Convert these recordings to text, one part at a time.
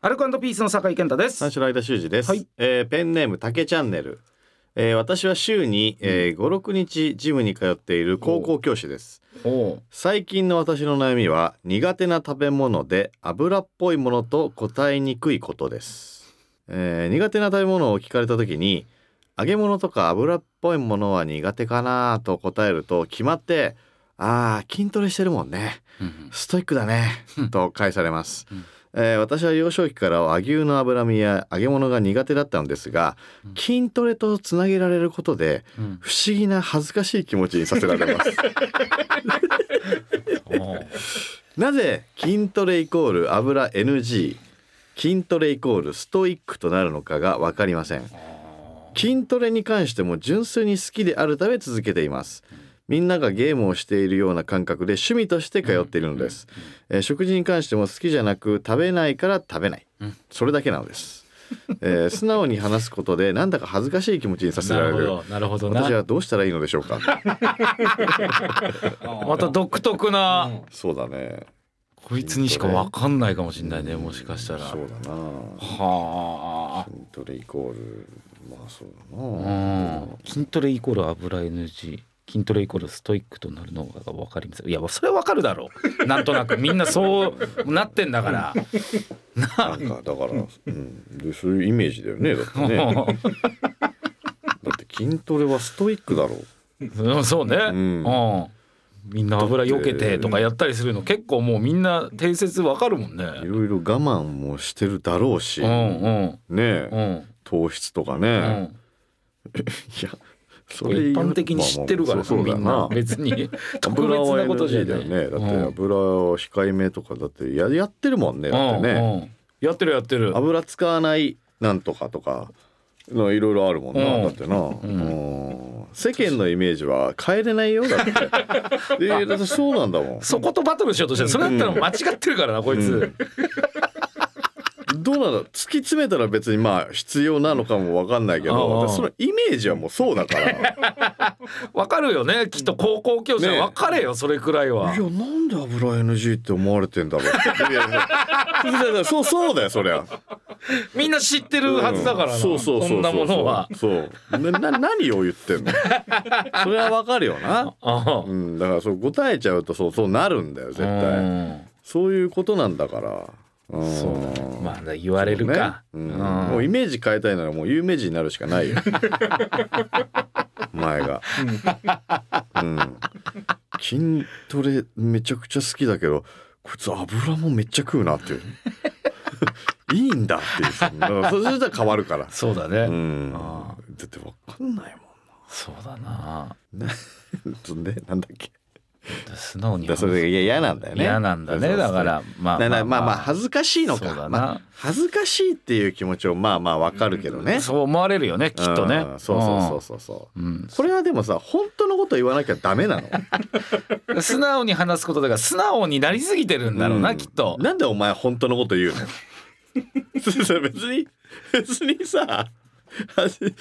アルコピースの酒井健太です。三四郎間修二です、はいえーペンネーム竹チャンネル、えー私は週に、えー、56日ジムに通っている高校教師ですお最近の私の悩みは苦手な食べ物で油っぽいものと答えにくいことです、えー苦手な食べ物を聞かれた時に揚げ物とか油っぽいものは苦手かなと答えると決まってあー筋トレしてるもんねストイックだねうんと返されますうん、えー私は幼少期から和牛の脂身や揚げ物が苦手だったのですがうん筋トレとつなげられることでうん。不思議な恥ずかしい気持ちにさせられますなぜ筋トレイコール油 NG 筋トレイコールストイックとなるのかが分かりません筋トレに関しても純粋に好きであるため続けていますみんながゲームをしているような感覚で趣味として通っているのです、えー食事に関しても好きじゃなく食べないから食べない、うんそれだけなのです、えー素直に話すことでなんだか恥ずかしい気持ち にさせならるれほるど、なるほど私な。はどうしたらいいのでしょうかまた独特な、そうだねこいつにしかわかんないかもしれないね、もしかしたら。そうだなは筋トレイコールまあそうだあ、うな、ん、筋トレイコール油 NG 筋トレイコールストイックとなるのが分かりませんいやそれは分かるだ ろうなんとなくみんなそうなってんだから、なんかだから、うん、でそういうイメージだ よねだってねだって筋トレはストイックだろううんそうね。ううんん。みんな油避けてとかやったりするの結構もうみんな定説わかるもんね。いろいろ我慢もしてるだろうし、うんうんねえ、うん糖質とかうね、ん。いやそこれ言う一般的に知ってるからまあまあそうみだよんなな 別に特油別はなことじゃ NG だ なよい。ねだってうん油を控えめとかだってややってるもんねだってねうんうんやってるやってる。油使わないなんとかとかのいろいろあるもんな、うんだってな、んうん世間のイメージは変えれないよだって でだってそうなんだもんそことバトルしようとしてるそれだったら間違ってるからなこいつ。どうなの突き詰めたら別にまあ必要なのかもわかんないけうんうどんそのイメージはもうそうだ から。わかるよねきっと高校教師はわかれよそれくらいはいやなんで油 NG って思われてんだろうっていやいやそういやいやそうそうだよそりゃみんな知ってるはずだからな。うんそそうそうそうそうんなものは。そうなな何を言ってんのそれはわかるよなああうんだからそう答えちゃうとそうそうなるんだよ絶う対んそういうことなんだからうんそうだね。まあ言われるか。そうねうんもうイメージ変えたいならもう有名人になるしかないよ お前がうん筋トレめちゃくちゃ好きだけどこいつ油もめっちゃ食うなっていう いいんだっていうだからそしたら変わるからそうだね。うんああだってわかん ないそうだな。もんねなんだっけ素直にだからそれがいや嫌なんだよね嫌なんだそねうそうだそうからまあだからまあまあ恥ずかしいのそうだか、なまあ、恥ずかしいっていう気持ちをまあまあわかるけどね、そう思われるよねきっとねうん。そうそうそうそうそううん。うんこれはでもさ本当のこと言わなきゃダメなの素直に話すことだから素直になりすぎてるんだろう な、んきっと。なんでお前本当のこと言うの そうそう別に別にさ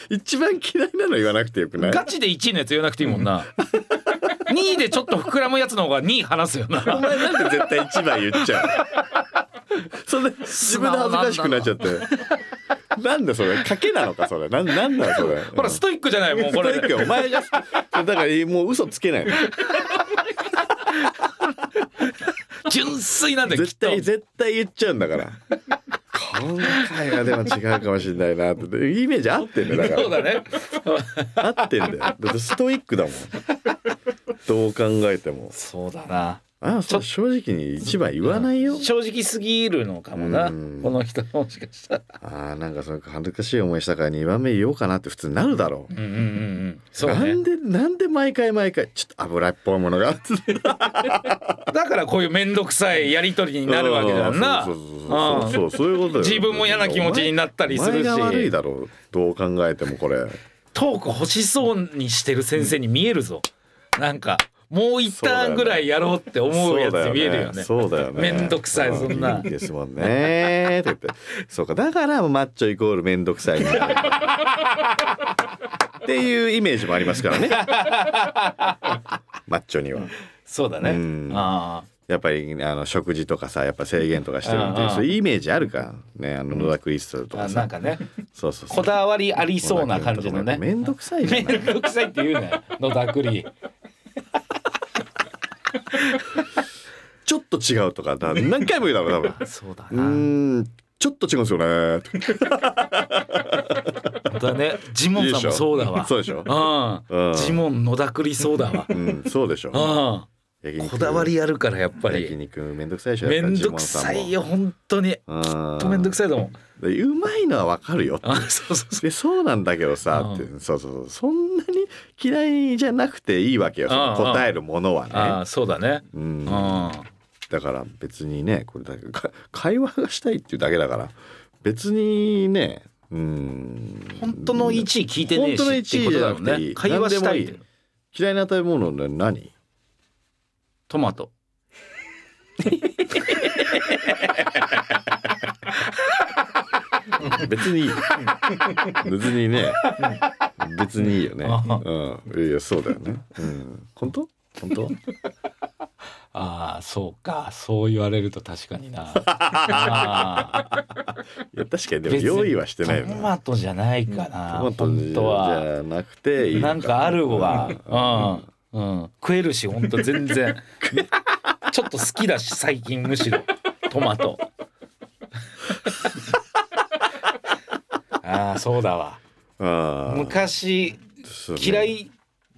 一番嫌いなの言わなくてよくないガチで1位のやつ言わなくていいもん な。2位でちょっと膨らむやつの方が2位話すよな。お前なんで絶対一番言っち ゃうのそれ自分で恥ずかしくなっちゃってなんでそれ賭けなのかそれなんなんだそれほらストイックじゃないもうこれストイックよお前がだからもう嘘つけないの純粋なんだよきっ絶と。対絶対言っちゃうんだから今回はでも違うかもしれないなってイメージ合ってんだよだからそうだね。合ってんだよだってストイックだもんどう考えてもそうだな。あそう正直に一番言わないよ正直すぎるのかもな。こうんの人もしかしたら。あーなんかその恥ずかしい思いしたから2番目言おうかなって普通なるだろううんうんうんうん。そうなねん。でなんで毎回毎回ちょっと油っぽいものがだからこういう面倒くさいやりとりになるわけじゃんな。そうそうそうそうそうそういうことよ自分も嫌な気持ちになったりするしお前が悪いだろうどう考えてもこれトーク欲しそうにしてる先生に見えるぞ。なんかもう一旦ぐらいやろうって思うやつに見えるよね。そうだよ ね。めんどくさいそんなういいですもんね。って言って、そうかだからマッチョイコールめんどくさい みたいな。っていうイメージも ありますからね。マッチョには。そうだねうん。ああ。やっぱりあの食事とかさやっぱ制限とかしてるってういんううんそういうイメージあるからねあの野田クリスタルとあなかんさかねそうそうそこうだわりありそうな感じのねめんどくさいじゃ めんないどくさいって言うなよ野田クリちょっと違うとかな何回も言うだろう多分そうだうーんちょっと違うんですよねとかだねジモ言ンうさでんしょもそうだわそうでしょうん、うんジモン野田クリそうだわうんそうでしょう焼ん肉こだわりあるからやっぱ焼り肉めんどくさいでしょめんどくさいよ本当にほんととめんどくささいと思ういうんうまいのはわかるよあそうそうそうでそうなんだけどさ、うんってそうそうそうそんなに嫌いじゃなくていいわけよ、そのうんうん答えるものはね、あそうだねうんうんあだから別にねこれだけか会話がしたいっていうだけだから別にねうん本当の1位聞いてねえし本当のって一いう位こじとだゃなもくんていいね会話したいって何でも嫌いな食べ物の何トマト別にいいよ別にね別にいいよねうんいやそうだよねうん本当本当ああそうかそう言われると確かに なあーいや確かにでも別に用意はしてないよトねマトじゃないかなトマト本じ当はゃなくていいのなんかあるわ。うん。うん。食えるし、ほんと全然。 ちょっと好きだし、最近むしろ。トマ ト。ああ、そうだわ。あー昔、嫌い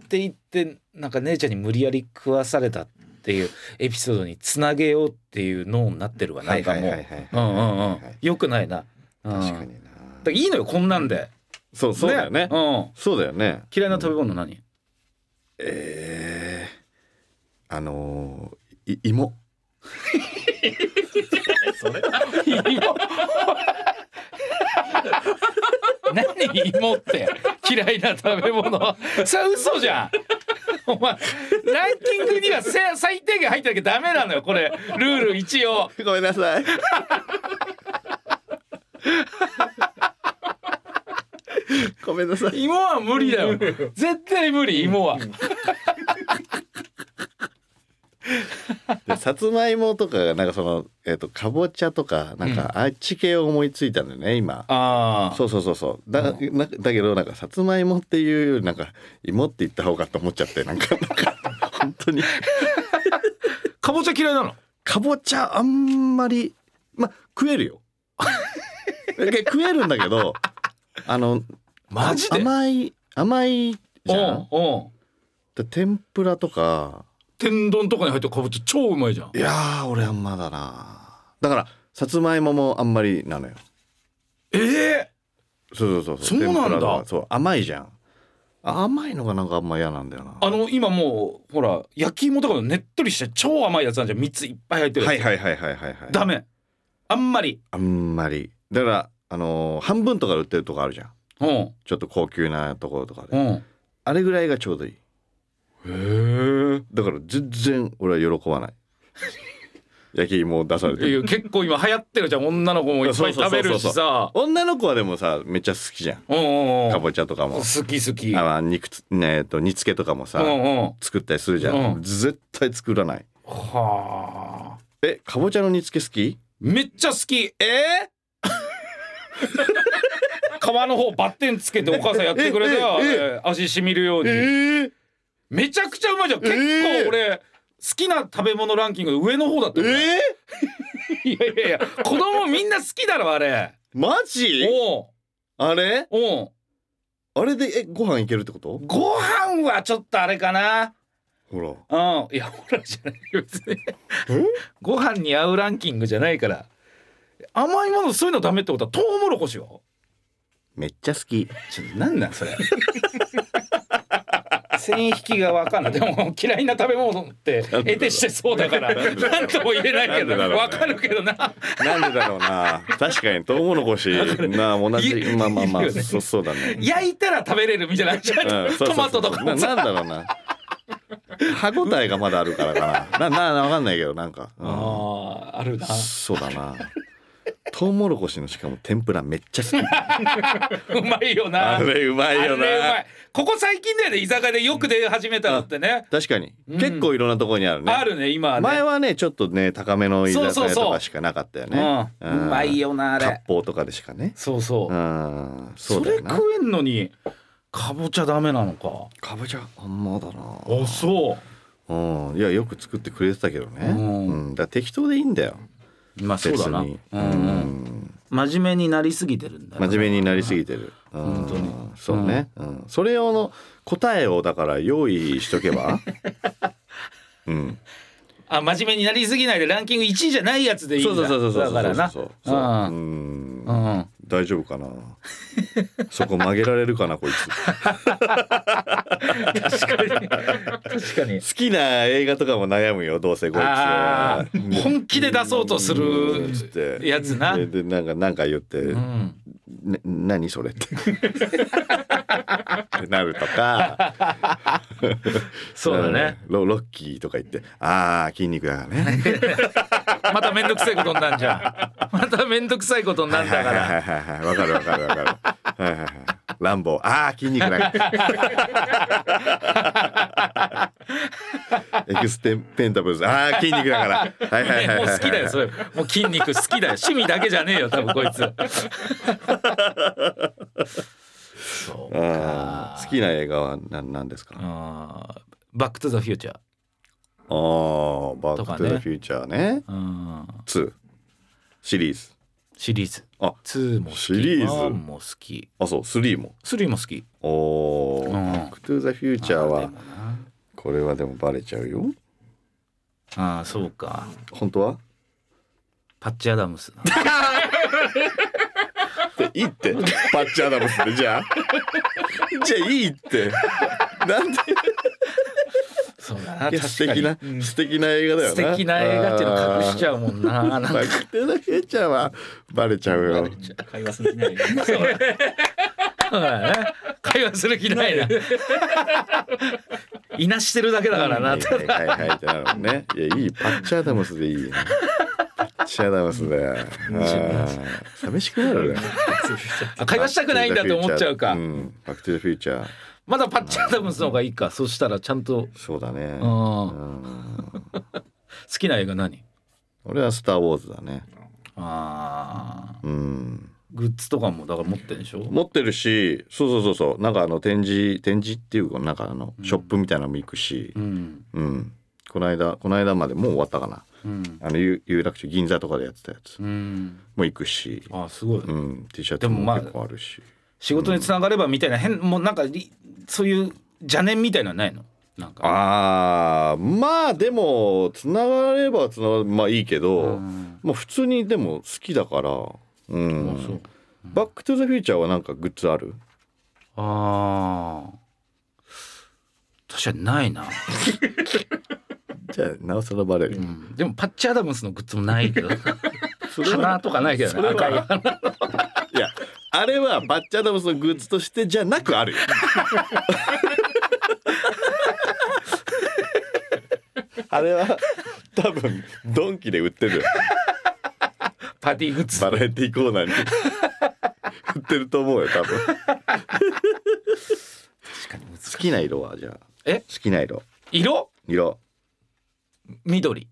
って言って、なんか姉ちゃんに無理やり食わされたっていうエピソードにつなげようっていう脳になってるわ。はなんいかはいもはうい。はいうんうんうんはい。よくないな。うん、確かにだかならいいのよ、こんなんで。そうそうだよねうん。そうだよね嫌いな食べ物何、えーあのーい芋 何芋って嫌いな食べ物さ嘘じゃんお前ランキングにはせ最低限入ってなきゃダメなのよこれルール一応ごめんなさいごめんなさい芋は無理だよ絶対無理芋はでさつまいもとかがなんかそのえっ、とかぼちゃとかなんかあっち系を思いついたんだよね今あそうそうそうそうだ,、なだけどなんかさつまいもっていうよりなんか芋って言った方がと思っちゃってなんかなんか本当にかぼちゃ嫌いなのかぼちゃあんまりま食える よえ食えるんだけどあのマジで甘い甘いじうゃんんうんで天ぷらとか天丼とかに入ってるかぼちゃ超うまいじゃんいやー俺あんまだなだからさつまいももあんまりなのよええそうそうそそううなんだ天ぷらとかそう甘いじゃんあ甘いのがなんかあんま嫌なんだよなあの今もうほら焼き芋とかのねっとりして超甘いやつなんじゃん蜜いっぱい入ってるやはつ、いはいはいはいはいはいダメあんまりあんまりだからあのー半分とかで売ってるとこあるじゃんうんちょっと高級なところとかで、うんへあれぐらいがちょうどいいえだから全然俺は喜ばない 焼き芋を出されていや結構今流行ってるじゃん女の子もいっぱい食べるしさ女の子はでもさめっちゃ好きじゃんうんうんうんかぼちゃとかも好き好きあまあ肉つ、ね、えっと煮付けとかもさ、うんうん作ったりするじゃん、うん絶対作らないはあえかぼちゃの煮付け好きめっちゃ好きえー、皮の方バッテンつけてお母さんやってくれたよええええー味しみるように、えめちゃくちゃうまいじゃん結ええ構俺、好きな食べ物ランキングで上の方だったえもんね、 いやいやいや子供みんな好きだろあれマジおうあれおうあれでえご飯いけるってことご飯はちょっとあれかなほらうん、いや、ほらじゃないよ、別に。ご飯に合うランキングじゃないから。甘いもの、そういうのダメってことは、トウモロコシよ。めっちゃ好きちょっと、なんなん、そ れ。線引きがわかんない、でも、嫌いな食べ物って、なんでだろう得てしてそうだから、なんとも言えないけなんでだど、ろうねわかるけどな。なんでだろうな 確かにトウモロコシなあ同じいまあまあまいるあよねそそうだね焼いたら食べれるみたいな、 じゃうんん、そうそうそうトマトとかなもなさ。んだろうな歯ごたえがまだある からかななななわかんないけどなんか、うんああ、あるな。そうだなトウモロコシのしかも天ぷらめっちゃ 好きうまいよなあれうまいよなあれうまいここ最近だよね居酒屋でよく出始めたのってね、確かに、うん結構いろんなところにあるねあるね今はね前はねちょっとね高めの居そ酒うそう屋そうとかしかなかったよねうんうまいよなあ割れ烹とかでしかねそうそう、うんそそうだれよな食えんのにかぼちゃダメなのかかぼちゃあんまだなあそうんいやよく作ってくれてたけどねうんうんだから適当でいいんだようまあそうだな、う別んにう、うんん真面目になりすぎてるんだよ真面目になりすぎてる。うん本当にそうね、うんそれ用の答えをだから用意しと けば。うん。あ真面目になりすぎないでランキング1位じゃないやつでいいんそだうそうそうそうそうだからなそうそうそううんうんうん大丈夫かな。 そこ曲げられるかなこい確かに確かにつ。好きな映画とかも悩むよどうせこいあつ。ー本気で出そうとするうんつってやつなででなんかなんか言って、うんな何それって ってなるとか。 そうだね。うん。ロロッキーとか言って、ああ筋肉だからね。まためんどくさいことになんじゃん。まためんどくさいことになんだから。はいはいはいはいわかるわかるわかる。はいはいはい。ランボー、ああ筋肉だから。エクステンペンタブルズ、ああ筋肉だから。はいはいはいはい。もう好きだよ、それ。もう筋肉好きだよ。趣味だけじゃねえよ、多分こいつ。そうあかー。好きな映画は何なんですか。ああーバックトゥザフューチャー。あー、バとッかクトねゥザフューチャーね。うんツーシリーズ。シリーズ。あ2も好き。シリーズ1も好き。あそう、スリーも。 3も好き。おうお、んバックトゥザフューチャーあーはでもなこれはでもバレちゃうよ。あー、そうか。本当は？パッチ・アダムス。いいってパッチアダムスでじ ゃあじゃあいいってなんでそうだな。いや素敵な確かにうん素敵な映画だよ素な敵な映画っていうの隠しちゃううもんな。なんバかックトゥザフューチャーはバレちゃうよ会話する気ないよね。そうだね。会話する気ないな。いなしてるだけだからな。はいはいはいはいってなるもんねいやいいパッチアダムスでいいよパッチアダムスで寂しくなるねあ会話したくないんだと思っちゃうかう。んバックトゥザフューチャーまだパッチアダムスの方がいいか。そしたらちゃんと。そうだねうん好うんきな映画何？俺はスターウォーズだねああ。うんグッズとかもだから持ってるでしょ。持ってるしそうそうそうそうなんかあの展示展示っていうかなんかあのショップみたいなのも行くしう、んうんこの間この間までもう終わったかなうんあの有有楽町銀座とかでやってたやつうん。も行くし、あーすごい。うん、T シャツもでもまあ結構あるし、仕事につながればみたいな変もうなんかりそういう邪念みたいなのないの？なんか。ああーまあでもつながればつながればまあいいけど、うんまあ普通にでも好きだから、うんあそうバック・トゥ・ザ・フューチャーはなんかグッズあるああ。確かにないな。じゃあなおさらバレる、うんでもパッチ・アダムスのグッズもないけど それは花とかないけどね赤い花いやあれはバッチ・アダムスのグッズとしてじゃなくあるよ。 あれは多分ドンキで売ってるよパーティーグッズバラエティコーナーに売ってると思うよ多分確かに好きな色はじゃあえ好きな色色色緑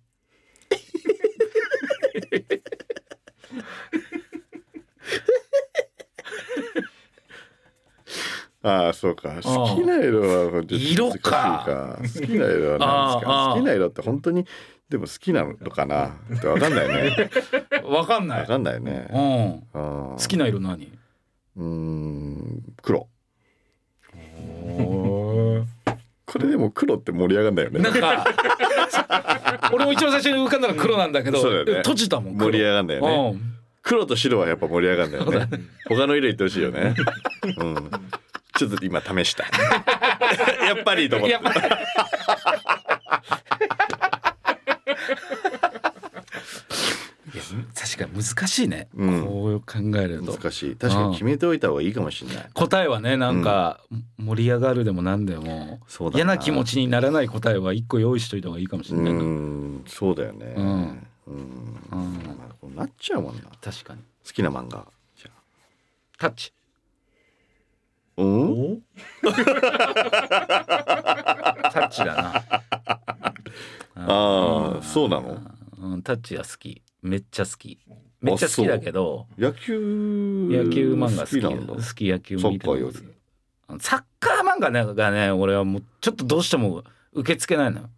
ああそうか好きな色は本当に難しいか好きな色は何であすかあ好きな色って本当にでも好きなのかなって分かんないねわかんな分い、かんないねうあん、あ好きな色何うーん黒これでも黒って盛り上がんないよねなんか 俺も一番最初に浮かんだのは黒なんだけど、そうだよね閉じたもん黒盛り上がんないよねうん黒と白はやっぱ盛り上がんないよね他の色言ってほしい よねうんちょっと今試した やっぱりと思っやてっぱりいや確かに難しいね、うんこう考えると難しい確かに決めておいた方がいいかもしれない答えはねなんか盛り上がるでもなんでもそうだな嫌な気持ちにならない答えは一個用意しといた方がいいかもしうれないな、ーんそうだよねうんうんうん、まあこうなっちゃうもんな好確かに。きな漫画じゃあタッチ。うんタッチだな。あーそうなのうん、タッチは好き。めっちゃ好き。めっちゃ好きだけど、野球野球漫画好きなんだ好き野球見てまサッカーすよ。サッカー漫画ねがね、俺はもうちょっとどうしても受け付けないのよ。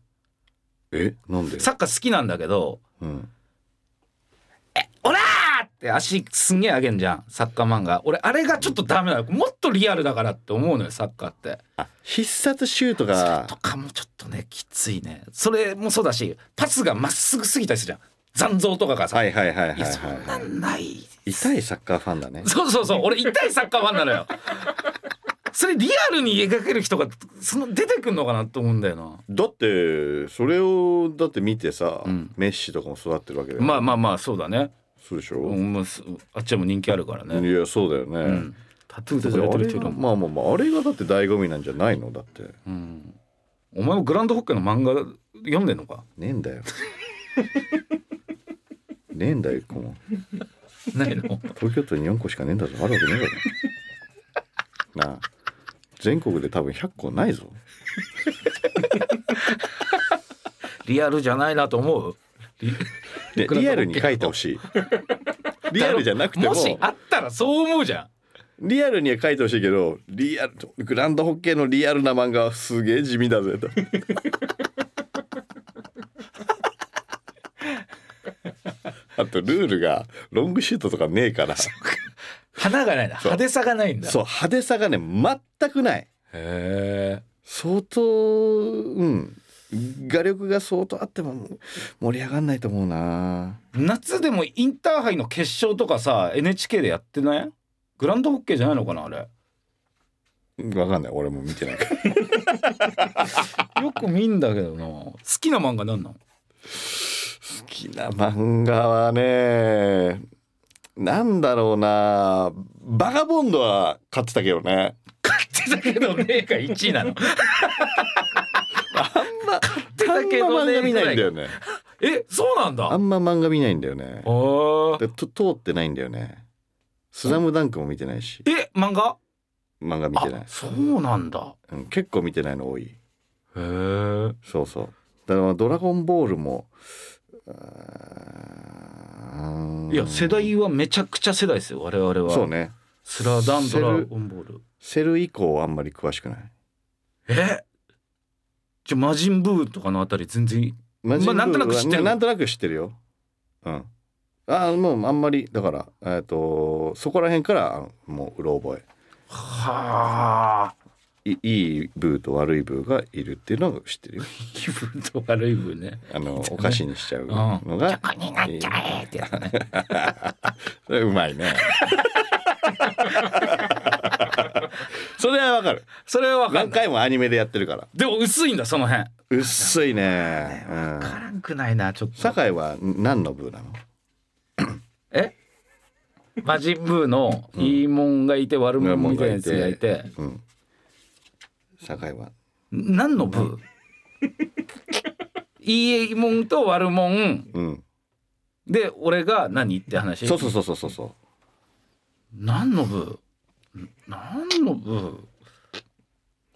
えなんでサッカー好きなんだけど、うんオラーって足すんげえ上げんじゃん、サッカー漫画。俺あれがちょっとダメなの。もっとリアルだからって思うのよ、サッカーって。必殺シュートがとかもちょっとねきついねそれもそうだしパスがまっすぐすぎたりするじゃん残像とかがさ、はいはいはいはいいやそんなはんないい痛いサッカーファンだねそうそうそう俺痛いサッカーファンなのよ それリアルに描ける人がその出てくんのかなと思うんだよなだってそれをだって見てさ、うんメッシとかも育ってるわけだよまあまあまあそうだね、そうでしょ、うん、もうすあっちはもう人気あるからね、いやそうだよね、うん、タトゥーだとかやっってあてれる人いがるもん、まあまあまああれがだって醍醐味なんじゃないのだってねうん、お前もグランドホッケーの漫画読んでんのかえんだよねえんだよ一個もないの 東京都に4個しかねえんだぞあるわけねえだろなあ全国で多分100個ないぞリアルじゃないなと思う でグランドホッケーリアルに書いてほしい リアルじゃなくてももしあったらそう思うじゃんリアルには書いてほしいけどリアルグランドホッケーのリアルな漫画はすげえ地味だぜと あとルールがロングシュートとかねえからそ花がないなそう派手さがないんだう派手さがね全くないへえ相当うん画力が相当あっても盛り上がんないと思うな夏でもインターハイの決勝とかさ NHK でやってないグランドホッケーじゃないのかなあれ分かんない俺も見てないからよく見んだけどな好きな漫画なんなの好きな漫画はねなんだろうなバガボンドは買ってたけどね買ってたけどねえが1位なの あんま買ってたけどね漫画見ないんだよねえそうなんだあんま漫画見ないんだよねおでと通ってないんだよねスラムダンクも見てないしえ漫画漫画見あてない、そうなんだうん、結構見てないの多いへえそうそう。だからまあドラゴンボールも。あーいや世代はめちゃくちゃ世代ですよ我々はそうね。スラダンセドルラゴンボールセル以降はあんまり詳しくない。えじゃあ魔人ブーとかのあたり全然マジンブーまあなんとなく知ってるはなんとなく知ってるよ。うん。あーもうあんまりだからえっ、とそこら辺からあのもううろ覚はあえ。いいいブーと悪いブーがいるっていうのを 知ってるよ。気分と悪い分 ね。あの、いたねお菓子にしちゃううん。のが。になっちゃえってやつね。それうまいね。それはわかる。 それはわかんない。何回もアニメでやってるから。でも薄いんだその辺。薄いね。うん。辛くないなちょっと。酒井は何の部なの？え？魔人ブーのいいもんがいて悪もんみたいなやつがいて。うん。酒井は何のブー？ いいもんと悪もんうん。で俺が何って話。そうそうそうそうそうそう。何の部何の部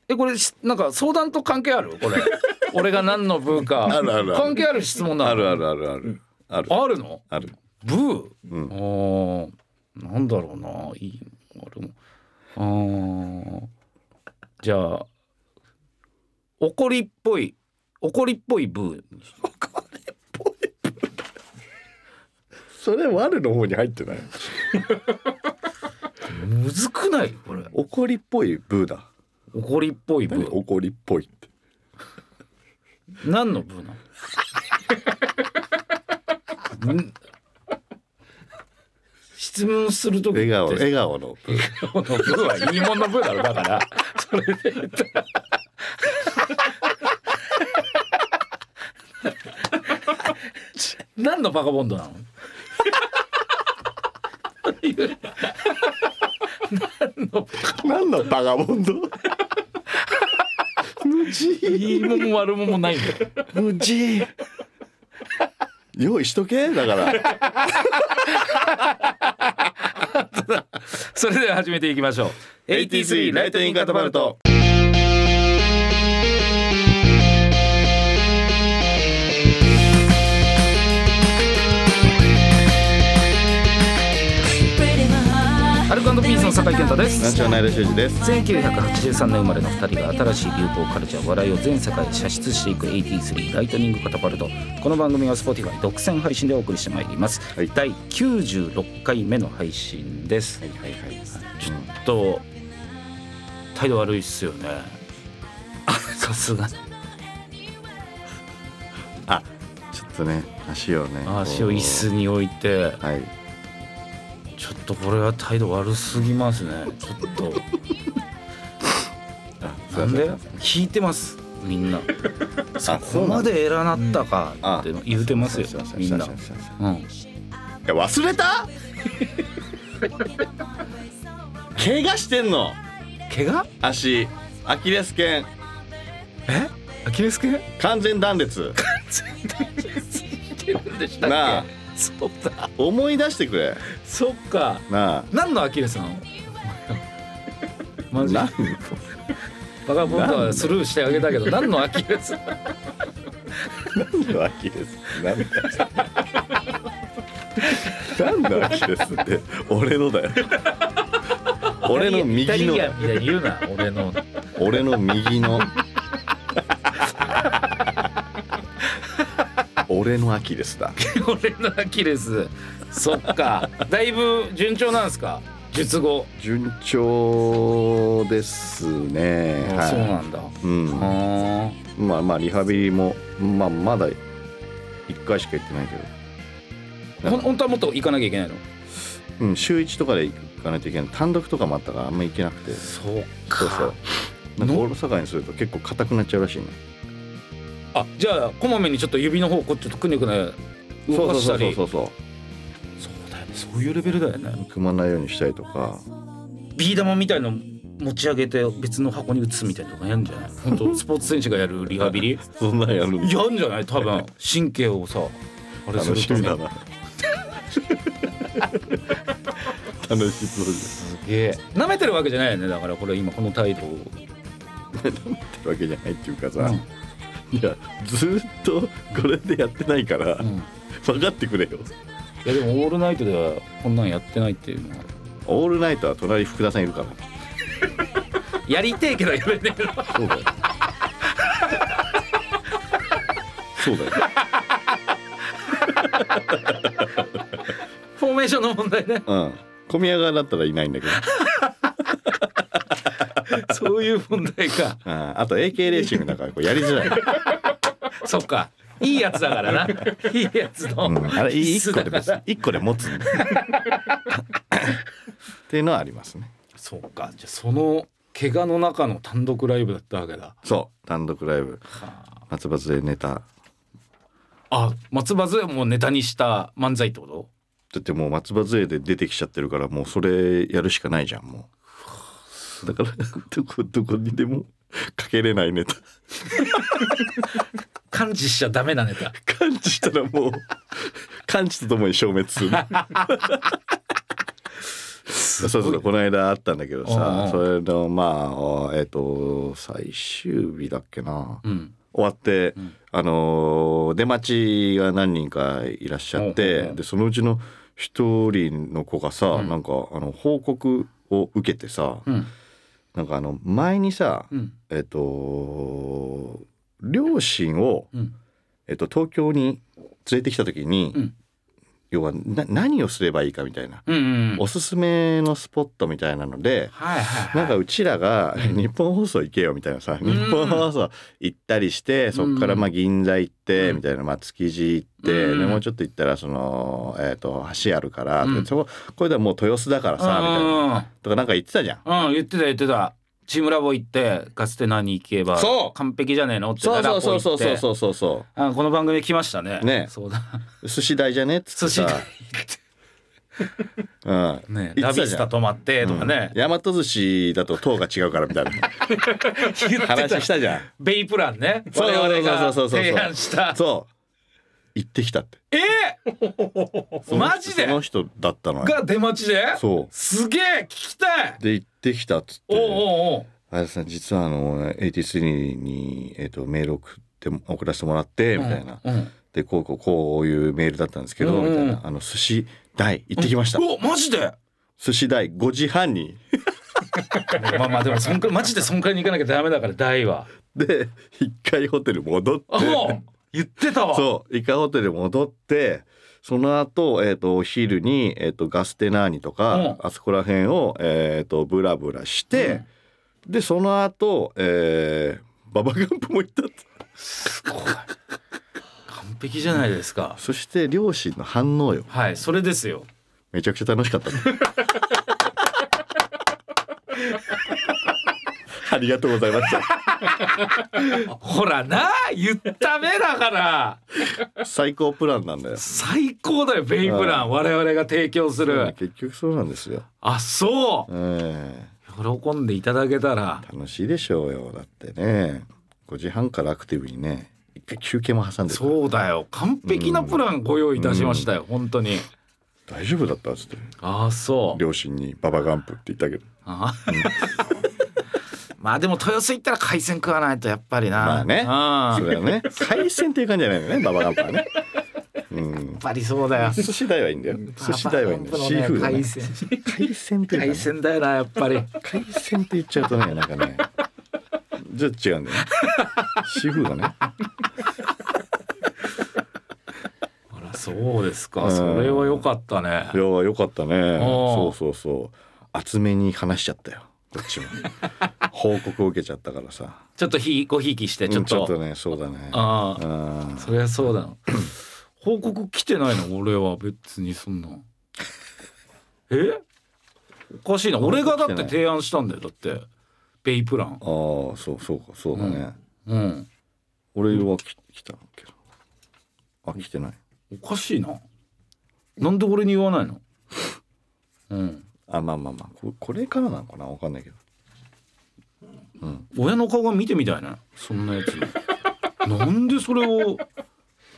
えこれしなんか相談と関係あるこれ 俺が何の部かあるあるある関係ある質問なのあるあるあるあるあるあるのある。部うんあ。ーなんだろうないい俺もあーじゃあ怒りっぽい怒りっぽい部それ悪の方に入ってない。むずくないこれ怒りっぽい部だ。怒りっぽい部怒りっぽいって。何の部なのん質問する時って笑顔笑顔の部。顔の部はいいもんの部だろだからそれで言ったら何のバカボンドなの何の 何のバガボン ド？無事いいもんも悪もんもないんだよ無事。用意しとけだ から。それでは始めていきましょう AT3 ライトニングカタパルト。アルコピースの酒井健太ですナチュラナイラ修二です。 1983年生まれの2人が新しい流行カルチャー笑いを全世界に射出していく83ライトニングカタパルトこの番組は Spotify 独占配信でお送りしてまいります、はい第96回目の配信ですはいはいはい。ちょっと態度悪いっすよね さすがにちょっとね足をね。足を椅子こに置いてう。はい。ちょっとこれは態度悪すぎますねちょっ とあなんで引いてますみんなそここまで偉なったかって言うてますよすいせみんなすいませすいませんうんいや忘れ た怪我してんの怪我足アキレス腱えアキレス 腱完全断裂してるんでしたっけなあそうだ思い出してくれそっかなあ何のアキレス なのマジなバカボンドはスルーしてあげたけど何のアキレス何のアキレス何 のアキレス何のアキレスって俺のだよ 俺のイタ右のリアンみたいに言うな俺の俺の右の俺のアキレスだ 俺のアキレスそっかだいぶ順調なんですか術後、順調ですねあはいそうなんだうんあまあまあリハビリも、まあ、まだ1回しか行ってないけど、ーほん本当はもっと行かなきゃいけないのうん、週1とかで行かないといけない単独とかもあったからあんま行けなくてそうそうそうなんかの大阪にすると結構硬くなっちゃうらしいねあじゃあこまめにちょっと指の方こうちょっとくねくね動そうかしそたうそうりそうそうそだよねそういうレベルだよねう組まないようにしたりとかビー玉みたいの持ち上げて別の箱に移すみたいなとかやんじゃない本当スポーツ選手がやるリハビリそんなんやるやんじゃない多分神経をさあれする楽しとみねだな楽しそうですすげえ舐めてるわけじゃないよねだからこれ今この態度をってわけじゃないっていうかさ、いやずーっとこれでやってないから、うん分かってくれよいやでもオールナイトではこんなんやってないっていうのはオールナイトは隣福田さんいるからやりてえけどやめてるそうだよ。そうだよ。フォーメーションの問題ねうん。小宮川だったらいないんだ けど。そういう問題かああと AK レーシングだから こうやりづらい。そっかいいやつだからないいやつの、うん、あれ必一須個だでから別に一個で持つんだよ。っていうのはありますね。そうかじゃあその怪我の中の単独ライブだったわけだ そう単独ライブ松葉杖ネタ。あ松葉杖もネタにした漫才ってことだってもう松葉杖で出てきちゃってるからもうそれやるしかないじゃんもう。だからどこどこにでもかけれないネタ。感知しちゃダメなネタ感知したらもう感知とともに消滅するそうそうこの間あったんだけどうんうさんそれのまあえっ、と最終日だっけな、うん終わって、んあのー出待ちが何人かいらっしゃうんうって、んうんでそのうちの一人の子がさ、うんなんかあの報告を受けてさ、うんなんかあの前にさ、うんえっ、と両親をうんえっと、東京に連れてきた時に、うん要はな何をすればいいかみたいな、うんうんおすすめのスポットみたいなので、はいはいなんかうちらが日本放送行けよみたいなさ、日本放送行ったりして、そこからまあ銀座行って、うんみたいな、まあ、築地行って、うんでもうちょっと行ったらその、えっと橋あるから、うんそここれではもう豊洲だからさ、みたいなとかなんか言ってたじゃん。うんうんうん言ってた言ってたチームラボ行ってかつて何行けばそう完璧じゃねえのってそうそうそうそうそううそうそうそあこの番組来ましたねねそうだう寿司代じゃねっつ寿っ司てさでうん、ねラ言ってビたじスゃんタ泊まってとかね、大和寿司だと糖が違うからみたいな言ってた話したじゃん。ベイプランねそう我そうそう々そが うそうそうそう提案したそ行ってきたってえそー、のマジでその人だったのよが出待ちでそすげえ聞きたいうで行ってきたっつっておうおうおうあやさん実はあの83に、えっとメール送って送らせてもらってみたいな、うんうんでこうこうこういうメールだったんですけど、うんうんみたいなあの寿司台行ってきました、おマジで寿司台5時半にまあまあでもそんくらいマジでそんくらいに行かなきゃダメだから大はで一回ホテル戻ってあもう言ってたわそう一回ホテル戻ってその後、えっとお昼に、えっとガステナーニとか、うんあそこら辺を、えっとブラブラして、でその後、えー、ババガンプも行ったってすごい完璧じゃないですかそして両親の反応よはいそれですよめちゃくちゃ楽し かったの。ありがとうございました。ほらな言った目だから最高プランなんだよ。最高だよベイプラン我々が提供する結局そうなんですよ。あそえう喜んでいただけたらえ楽しいでしょうよ。だってね、5時半からアクティブにね、一回休憩も挟んでるからそうだよ完璧なプランご用意いたしましたよ本当に大丈夫だったっつってあそう両親にババガンプって言ったけど。あまあでも豊洲行ったら海鮮食わないとやっぱりなまあねあそれはね、海鮮っていう感じじゃないのね、ババガンプはね。うん。やっぱりそうだよ。寿司代はいいんだよ。寿司代はいいんだよ。シーフード、海ね。鮮。海鮮っていうかね海鮮だよな、やっぱり。海鮮って言っちゃうとねなんかねじゃあ違うんだよねシーフードねあら、そうですうか。んそれは良かったねい。やよかったねおーそうそうそう厚めに話しちゃったよこっち も報告を受けちゃったからさちょっとひ、ごひいきして、ちょうんっちょっとと。ねそうだねあうあ、んそりゃそうだ よ。報告来てないの、俺は別にそんな。え。おかしいな、俺がだって提案したんだよ、だって。ベイプラン。あーそうそうかそうだね、うん。俺はき来たけどあ来てないおかしいな。なんで俺に言わないの。うん。あまあまあまあここれからなのかなわかんないけど親の顔が見てみたいなそんなやつのなんでそれを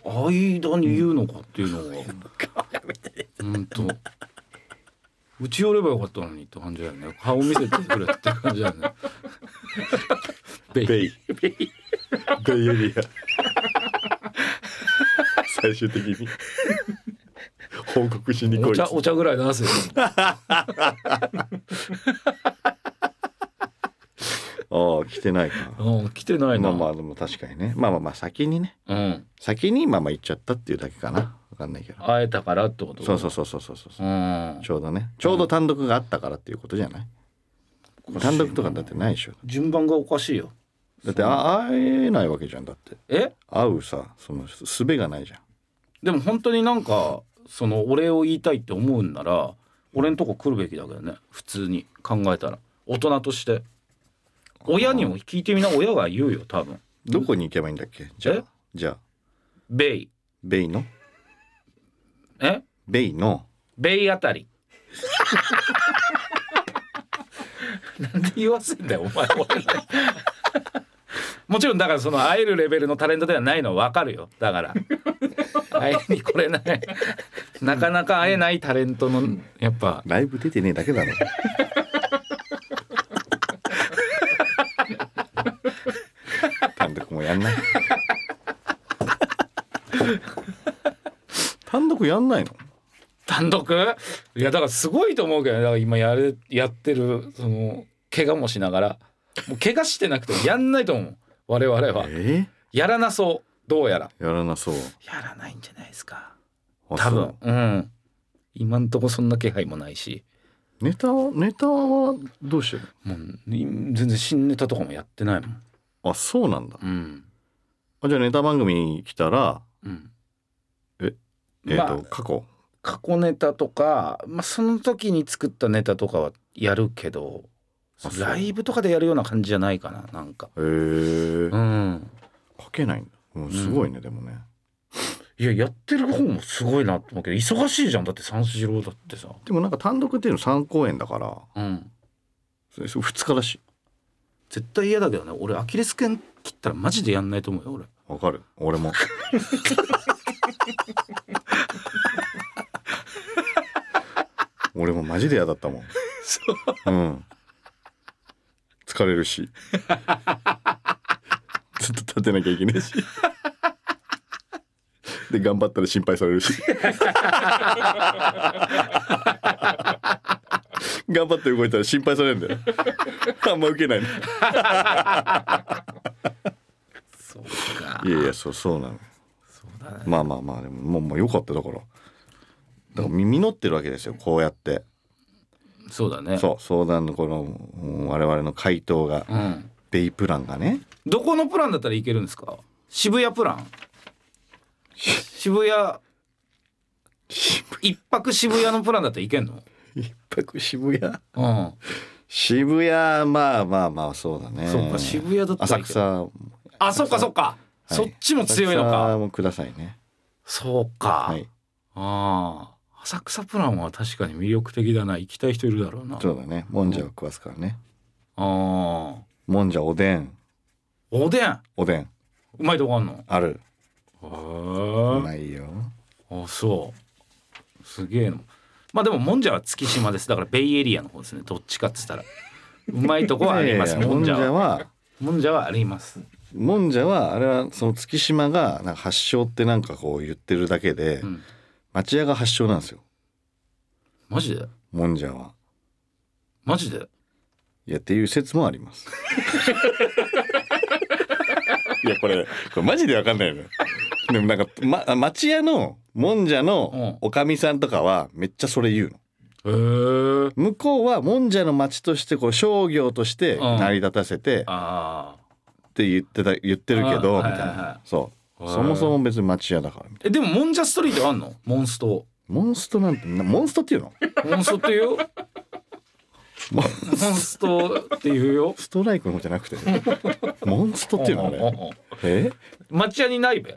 間に言うのかっていうのがうんとうち寄ればよかったのにって感じだよね顔見せてくれって感じだよねベイベイベイエ リア最終的に報告しに来おい茶お茶ぐらい出せよああ来てないかうん来てないな、まあまあでも確かにねまあまあまあ先にねうん先にまあまあ行っちゃったっていうだけかなわかんないけど会えたからってことそうそうそうそうそうそう、うん、ちょうどねちょうど単独があったからっていうことじゃない単独とかだってないでしょ順番がおかしいよだってあ会えないわけじゃんだってえ会うさその術がないじゃんでも本当になんかそのお礼を言いたいって思うんなら俺んとこ来るべきだけどね普通に考えたら大人として親にも聞いてみな親が言うよ多分どこに行けばいいんだっけじゃえあじゃあベイベイのえベイのベイあたり なんで言わせんだよお前俺にもちろんだからその会えるレベルのタレントではないのは分かるよだから 会いに来れないなかなか会えないタレントのやっぱライブ出てねえだけ だろ単独もやんない単独やんないの単独いやだからすごいと思うけどねだから今やれやってるその怪我もしながらもう怪我してなくてもやんないと思う我々はえやらなそうどうやらやらなそうやらないんじゃないですかあ多そ分うん今んとこそんな気配もないしうネタはネタはどうしてるもうい全然新ネタとかもやってないもんのあそうなんだうんあじゃあネタ番組来たらうんええっ、まと、あ過去過去ネタとか、まあ、その時に作ったネタとかはやるけどあそうライブとかでやるような感じじゃないかななんかえうん書けないんだもうすごいね、でもねいややってる方もすごいなと思うけど忙しいじゃんだって三四郎だってさでもなんか単独っていうの3公演だからうんそれそれ2日だし絶対嫌だけどね俺アキレス腱切ったらマジでやんないと思うよ俺わかる俺も俺もマジで嫌だったもんう、ん、疲れるしずっと立てなきゃいけないしで頑張ったら心配されるし頑張って動いたら心配されるんだよあんま受けないのそうかいやいやそうそうなのそうだねまあまあまあでももうもうよかっただからだからみ実ってるわけですよこうやってそうだねそう相談のこのうん我々の回答がうんデイプランがねどこのプランだったらいけるんですか渋谷プラン渋谷一泊渋谷のプランだったらいけんの一泊渋谷うん渋谷まあまあまあそうだねそうか渋谷だったら浅草あそっかそっか、いそっちも強いの浅か草もくださいねそうか、はいああ浅草プランは確かに魅力的だな行きたい人いるだろうなそうだねもんじゃを食わすからねああもんじゃおでんおでんおでんうまいとこあんのあるうへまいよえあそうすげえのまあでももんじゃは月島ですだからベイエリアの方ですねどっちかっつったらうまいとこはありますいやいやもんじゃははもんじゃはありますもんじゃはあれはその月島がなんか発祥ってなんかこう言ってるだけで、うん町屋が発祥なんですよマジでもんじゃは。マジでいやっていう説もあります。 いやこれこれマジでわかんないのよ。でもなんか、ま、町屋のもんじゃのおかみさんとかはめっちゃそれ言うの。へえ向こうはもんじゃの町としてこう商業として成り立たせてっああて言ってた言ってるけどあみーたはいはいいはないそうへーそもそも別に町屋だからみたえいでももんじゃストリートあんのモンストなモンストなんてなモンストっていうのモンストって言うよモンモンストって言うよストライクの方じゃなくてモンストっていうのあうんれうんうんえ町屋にないべ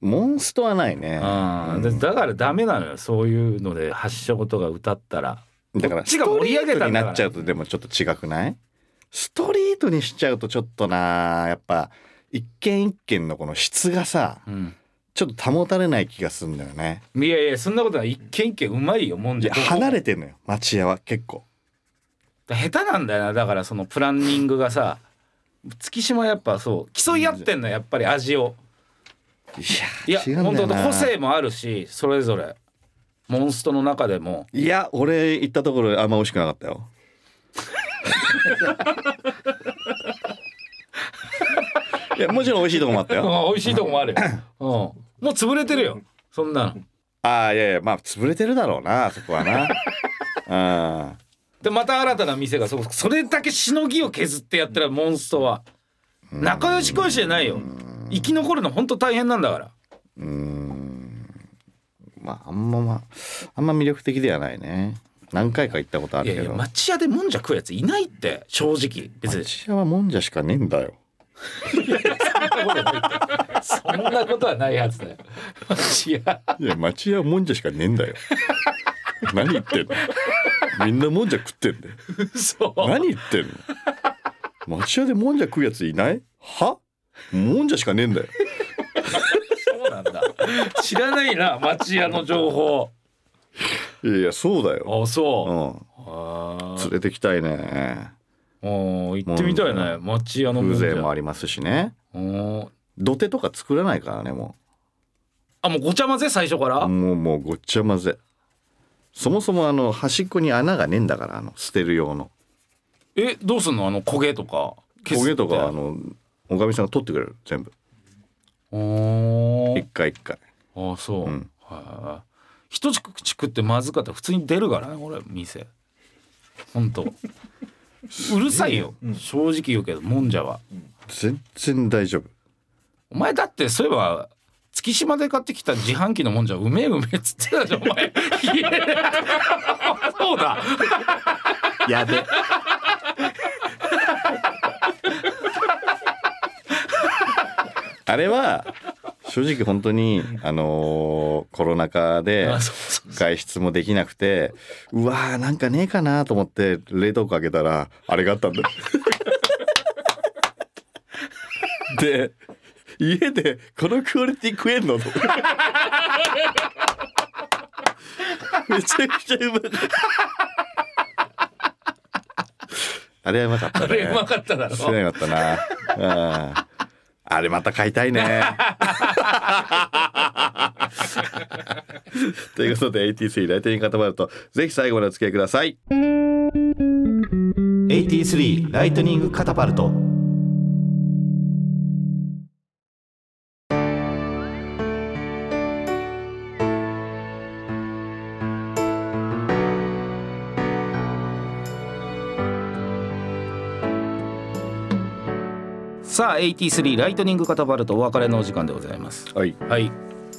モンストはないねあうあんでだからダメなのよそういうので発祥とか歌ったらだからこっちが盛り上げたストリートにんだからなっちゃうとでもちょっと違くないストリートにしちゃうとちょっとなやっぱ一軒一軒のこの質がさうんちょっと保たれない気がするんだよねいやいやそんなことない一軒一軒うまいよもんいじやゃ離れてんのよ町屋は結構下手なんだよなだからそのプランニングがさ月島やっぱそう競い合ってんのやっぱり味をいいやや違うん本だよ当な個性もあるしそれぞれモンストの中でもいや俺行ったところあんま美味しくなかったよいやもちろん美味しいとこもあったよあ美味しいとこもあるよ、 うん、もう潰れてるよそんなのああいやいやまあ潰れてるだろうなあそこはなうんでまた新たな店がそそれだけしのぎを削ってやってるモンストは仲良し恋しじゃないよ生き残るの本当大変なんだからうーんまああんままああんま魅力的ではないね何回か行ったことあいるやけいやど町屋でもんじゃ食うやついないって正直別に町屋はもんじゃしかねえんだよそんなことはないはずだよ 町屋いや町屋はもんじゃしかねえんだよ何言ってんのみんなもんじゃ食ってんだよ嘘何言ってん の町屋でもんじゃ食うやついないはもんじゃしかねえんだよそうなんだ知らないな町屋の情報いやいやそうだよあうそんうあ連れてきたいねお行ってみたいね町屋のもんじ風ゃ情もありますしねお土手とか作らないからねもうあもうごちゃ混ぜ最初からもうもうごっちゃ混ぜそもそもあの端っこに穴がねえんだからあの捨てる用のえどうすんのあの焦げとか焦げと削かっあてのおかみさんが取ってくれる全部おー一回一回ああそう、うんはい一口食ってまずかったら普通に出るからねこれ店ほんとうるさいよ、正直言うけどもんじゃは全然大丈夫お前だってそういえば月島で買ってきた自販機のもんじゃうめえうめえっつってたじゃんお前いや そうだやべあれは正直本当にあのーコロナ禍であそうそう外出もできなくてうわーなんかねえかなと思って冷凍庫開けた らあれがあったんだで家でこのクオリティ食えん のめちゃくちゃうまかったあれはうまかったねあれうまかっただろすごいよかったなうんあれまた買いたいね ということで AT3 ライトニングカタパルトぜひ最後までお付き合いください AT3 ライトニングカタパルトさあ83ライトニングカタパルトお別れのお時間でございますはいはい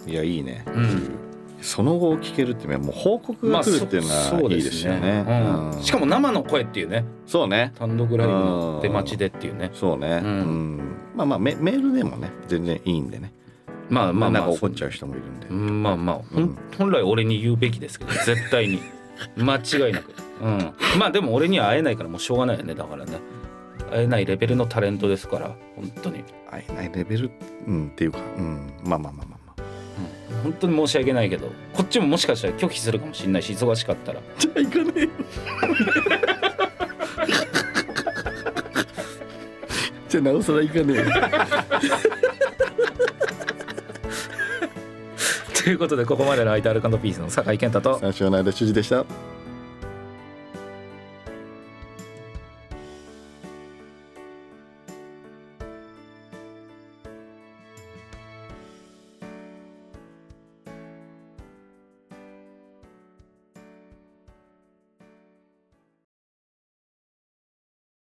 いやいいねうんその後を聞けるっていうのはもう報告が来るっていうのそはいいですよね,、うんうんしかも生の声っていうねそうね単独ライブの出待ちでっていうねそうね、ううんんまあまあメメールでもね全然いいんでねまあまあまなあんか怒っちゃう人もいるんで、うんまあまあ、ほんうん本来俺に言うべきですけど絶対に 間違いなく、うん、まあでも俺には会えないからもうしょうがないよねだからね会えないレベルのタレントですから本当に会えないレベル、うん、っていうか、うん、まあまあまあまあまあ本当に申し訳ないけどこっちももしかしたら拒否するかもしれないし忙しか ったらじゃあ行かねえよ じゃあなおさら行かねえよということでここまでの相手アルカンドピースの酒井健太と三四郎の間主事でした